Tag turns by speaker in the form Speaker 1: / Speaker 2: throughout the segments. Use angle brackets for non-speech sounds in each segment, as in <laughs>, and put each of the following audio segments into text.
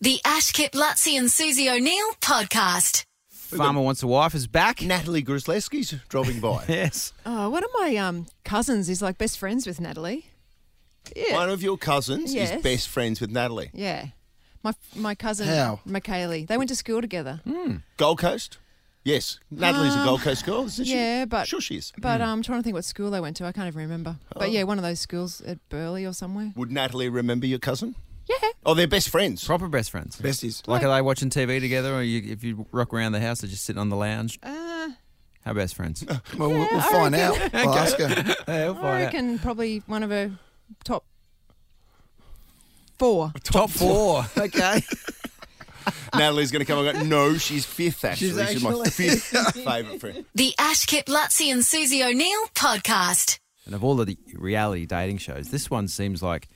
Speaker 1: The Ash Kip Lutzi and Susie O'Neill podcast.
Speaker 2: Farmer Wants a Wife is back.
Speaker 3: Natalie Grusleski's dropping by.
Speaker 2: Yes.
Speaker 4: Oh, one of my um, cousins is like best friends with Natalie. <laughs> Yeah.
Speaker 3: One of your cousins is
Speaker 4: Yes.
Speaker 3: best friends with Natalie.
Speaker 4: yeah. My, my cousin,
Speaker 2: How?
Speaker 4: Michaeli. They went to school together.
Speaker 3: Hmm? Gold Coast? Yes. Natalie's a Gold Coast girl, isn't she?
Speaker 4: yeah, but-
Speaker 3: Sure she is. Hmm. Oh.
Speaker 4: But um, I'm trying to think what school they went to. I can't even remember. But yeah, one of those schools at Burley or somewhere.
Speaker 3: Would Natalie remember your cousin?
Speaker 4: Yeah.
Speaker 3: Oh, they're best friends.
Speaker 2: Proper best friends.
Speaker 5: Besties.
Speaker 2: Like, are they watching TV together, or you, if you rock around the house, they're just sitting on the lounge?
Speaker 4: Uh,
Speaker 2: How best <laughs> friends?
Speaker 5: Well, we'll, we'll find out. We'll ask her.
Speaker 3: Oh,
Speaker 4: I reckon probably one of her top
Speaker 3: <laughs>
Speaker 4: four.
Speaker 2: Top <laughs> four. okay.
Speaker 3: <laughs> Natalie's going to come and go, no, she's fifth, actually. She's, my
Speaker 4: <laughs>
Speaker 3: fifth favourite friend.
Speaker 1: The Ash Kip Lutzi and Susie O'Neill podcast.
Speaker 2: And of all of the reality dating shows, this one seems like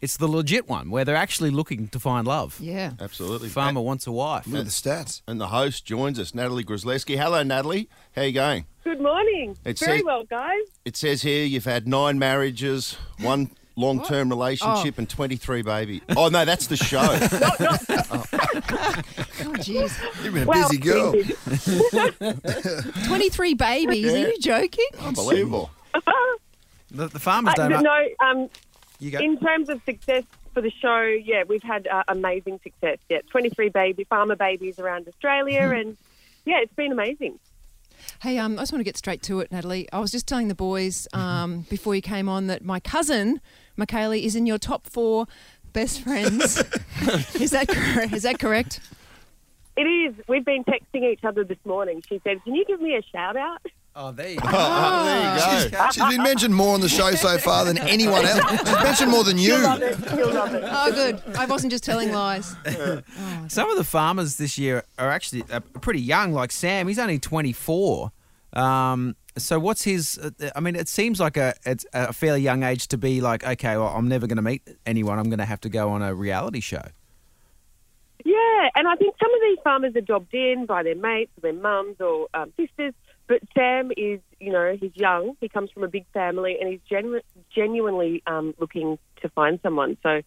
Speaker 2: it's the legit one where they're actually looking to find love.
Speaker 4: Yeah.
Speaker 3: Absolutely.
Speaker 2: Farmer wants a wife.
Speaker 5: Look at the stats.
Speaker 3: And the host joins us, Natalie Grusleski. Hello, Natalie. How you going?
Speaker 6: Good morning.
Speaker 3: It
Speaker 6: Very
Speaker 3: says-
Speaker 6: well, guys.
Speaker 3: It says here you've had nine marriages, one long term relationship, and 23 babies. Oh, no, that's the
Speaker 4: <laughs>
Speaker 3: show.
Speaker 4: Oh, jeez.
Speaker 5: You've been a
Speaker 6: Wow,
Speaker 5: busy
Speaker 6: <laughs>
Speaker 5: girl.
Speaker 6: thank you.
Speaker 4: 23 babies. Are you joking?
Speaker 3: Unbelievable.
Speaker 2: The, the farmers
Speaker 6: I,
Speaker 2: don't. know.
Speaker 6: Uh, no, um,
Speaker 2: you go.
Speaker 6: in terms of success for the show, yeah, we've had uh, amazing success. Yeah, 23 baby farmer babies around Australia,
Speaker 5: Mm-hmm.
Speaker 6: and yeah, it's been amazing.
Speaker 4: Hey, um, I just want to get straight to it, Natalie. I was just telling the boys
Speaker 3: Mm-hmm.
Speaker 4: um, before you came on that my cousin, Michaela, is in your top four best
Speaker 3: <laughs>
Speaker 4: friends. is that correct? Is that correct?
Speaker 6: It is. We've been texting each other this morning. She said, "Can you give me a shout out?"
Speaker 2: Oh,
Speaker 6: <laughs>
Speaker 2: there you go.
Speaker 3: Oh, there you go.
Speaker 5: She's been mentioned more on the show so far than anyone else. She's mentioned more than you.
Speaker 6: Love it. You'll love it.
Speaker 4: Oh, good. I wasn't just telling lies.
Speaker 2: Some of the farmers this year are actually uh, pretty young. Like Sam, he's only 24. Um, so what's his? Uh, I mean, it seems like a it's a fairly young age to be like, okay, well, I'm never going to meet anyone. I'm going to have to go on a reality show.
Speaker 6: Yeah, and I think some of these farmers are dobbed in by their mates, or their mums, or um, sisters. But Sam is, you know, he's young. He comes from a big family, and he's genu- genuinely um, looking to find someone. So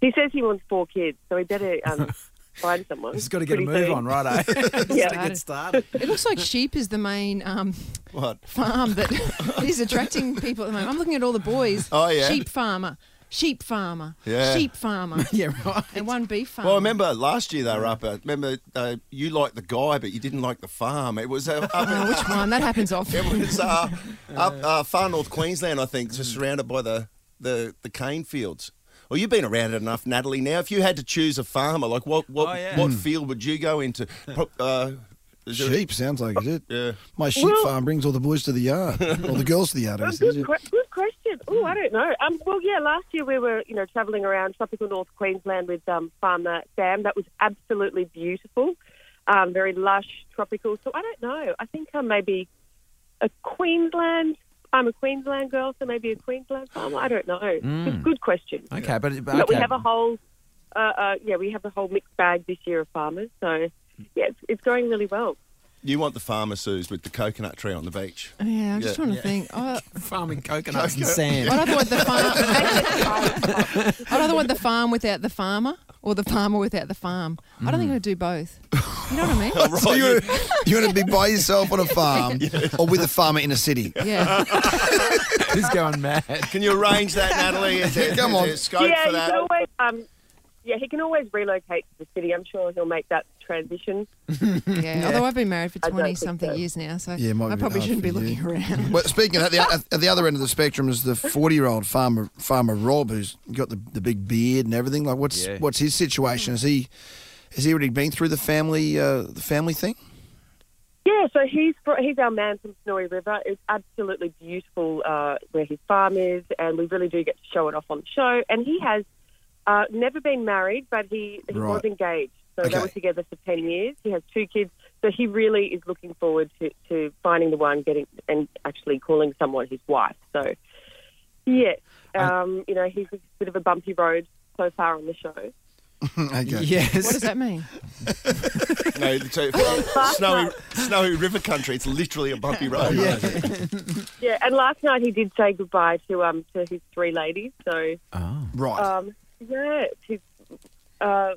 Speaker 6: he says he wants four kids, so he better
Speaker 2: <laughs>
Speaker 6: um, find someone.
Speaker 2: Just got to get a
Speaker 6: pretty
Speaker 2: move
Speaker 6: soon.
Speaker 2: on, right?
Speaker 6: <laughs>
Speaker 2: Eh? Just
Speaker 6: Yeah.
Speaker 2: to get started.
Speaker 4: It looks like sheep is the main um,
Speaker 3: What?
Speaker 4: farm that <laughs> is attracting people at the moment. I'm looking at all the boys.
Speaker 3: Oh, yeah.
Speaker 4: Sheep farmer, sheep farmer,
Speaker 3: <laughs> Yeah.
Speaker 4: sheep farmer,
Speaker 2: <laughs> yeah, right.
Speaker 4: and one beef farmer.
Speaker 3: Well, I remember last year they were up. At, remember, uh, you liked the guy, but you didn't like the farm. It was uh, up
Speaker 4: Oh,
Speaker 3: in,
Speaker 4: which one? That happens
Speaker 3: <laughs>
Speaker 4: often.
Speaker 3: it was uh, up uh, far north Queensland, I think, just surrounded by the, the, the cane fields. Well, you've been around it enough, Natalie. Now, if you had to choose a farmer, like what what,
Speaker 2: Oh, yeah.
Speaker 3: what field would you go into? Pro- uh, is there-
Speaker 5: Sheep sounds like it. it?
Speaker 3: Yeah.
Speaker 5: My sheep
Speaker 6: Well-
Speaker 5: farm brings all the boys to the yard, or the girls to the yard. I
Speaker 6: Oh,
Speaker 5: guess, is
Speaker 6: good,
Speaker 5: it?
Speaker 6: que- good question. Oh, I don't know. Um, well, yeah, last year we were, you know, travelling around tropical North Queensland with um, farmer Sam. That was absolutely beautiful, um, very lush, tropical. So I don't know. I think I'm maybe a Queensland. I'm a Queensland girl, so maybe a Queensland farmer. I don't know. Good, good question.
Speaker 2: Okay, but, but
Speaker 6: But we
Speaker 2: okay.
Speaker 6: have a whole, uh, uh, yeah, we have a whole mixed bag this year of farmers. So yeah, it's, it's going really well.
Speaker 3: You want the farmer, Suze, with the coconut tree on the beach.
Speaker 4: Yeah, I'm
Speaker 3: Yeah.
Speaker 4: just trying to think.
Speaker 3: <laughs>
Speaker 4: Oh,
Speaker 2: farming coconuts and sand.
Speaker 4: I'd either want the farm. I'd either
Speaker 6: <laughs>
Speaker 4: want the farm without the farmer or the farmer without the farm. I don't think I'd do both. You know what I mean?
Speaker 6: <laughs>
Speaker 5: So you you want to be by yourself on a <laughs> farm, or with a farmer in a city?
Speaker 6: <laughs>
Speaker 2: <laughs>
Speaker 4: Yeah.
Speaker 2: He's going mad.
Speaker 3: Can you arrange that, Natalie? Is there,
Speaker 5: Come
Speaker 3: is
Speaker 5: on.
Speaker 3: there scope
Speaker 6: yeah,
Speaker 3: for
Speaker 6: he
Speaker 3: that?
Speaker 6: can always. Um, yeah, he can always relocate to the city. I'm sure he'll make that transition.
Speaker 4: yeah, Although I've been married for
Speaker 6: I don't
Speaker 4: twenty something
Speaker 6: think so.
Speaker 4: years now, so
Speaker 5: Yeah, it might be
Speaker 4: I
Speaker 5: a bit
Speaker 4: probably
Speaker 5: hard
Speaker 4: shouldn't be
Speaker 5: for
Speaker 4: looking
Speaker 5: <laughs> you.
Speaker 4: around.
Speaker 5: Well, speaking of, at the, at the other end of the spectrum is the forty-year-old farmer, farmer Rob, who's got the, the big beard and everything. Like, what's
Speaker 2: Yeah.
Speaker 5: what's his situation? Is he has he already been through the family uh, the family thing?
Speaker 6: Yeah, so he's fr- he's our man from Snowy River. It's absolutely beautiful uh, where his farm is, and we really do get to show it off on the show. And he has uh, never been married, but he, he was
Speaker 5: Right.
Speaker 6: engaged. So
Speaker 5: Okay.
Speaker 6: they were together for ten years. He has two kids, so he really is looking forward to, to finding the one, getting and actually calling someone his wife. So, yes, um, you know he's a bit of a bumpy road so far on the show.
Speaker 5: Hmm, okay.
Speaker 2: Yes.
Speaker 4: What does that mean?
Speaker 3: No, so snowy, snowy river country. It's literally a bumpy road.
Speaker 6: Yeah, and last night he did say goodbye to um to his three ladies. So
Speaker 2: Oh.
Speaker 5: Right.
Speaker 6: um yeah, it's his uh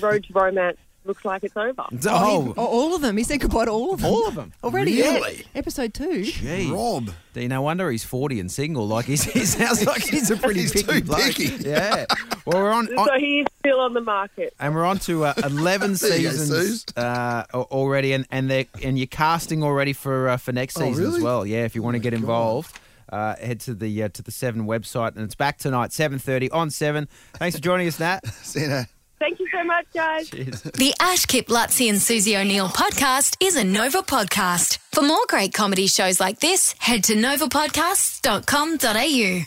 Speaker 6: Road to Romance looks like it's over.
Speaker 2: Oh,
Speaker 4: Oh, all of them. He said goodbye to all of them.
Speaker 2: all of them.
Speaker 5: Uh,
Speaker 4: Already?
Speaker 5: Really?
Speaker 4: Yeah. Episode two.
Speaker 2: Gee.
Speaker 5: Rob.
Speaker 2: Gee, no wonder he's 40 and single. Like, he's, he sounds like he's a pretty
Speaker 5: He's
Speaker 2: picky
Speaker 5: too
Speaker 2: bloke.
Speaker 5: picky.
Speaker 2: Yeah. Well, we're on, on-
Speaker 6: So he is still on the market.
Speaker 2: and we're on to
Speaker 5: <laughs>
Speaker 2: uh, 11
Speaker 5: There you go,
Speaker 2: seasons uh, al- already, and and, they're, and you're casting already for uh, for next
Speaker 5: Oh,
Speaker 2: season as
Speaker 5: really? Oh
Speaker 2: well. Yeah, if you want to get involved. Uh, head to the uh, to the Seven website, and it's back tonight, seven thirty on Seven. Thanks for joining us, Nat.
Speaker 5: See, now,
Speaker 6: Thank you so much, guys.
Speaker 1: The Ash Kip Lutzi and Susie O'Neill podcast is a Nova podcast. For more great comedy shows like this, head to novapodcasts.com.au.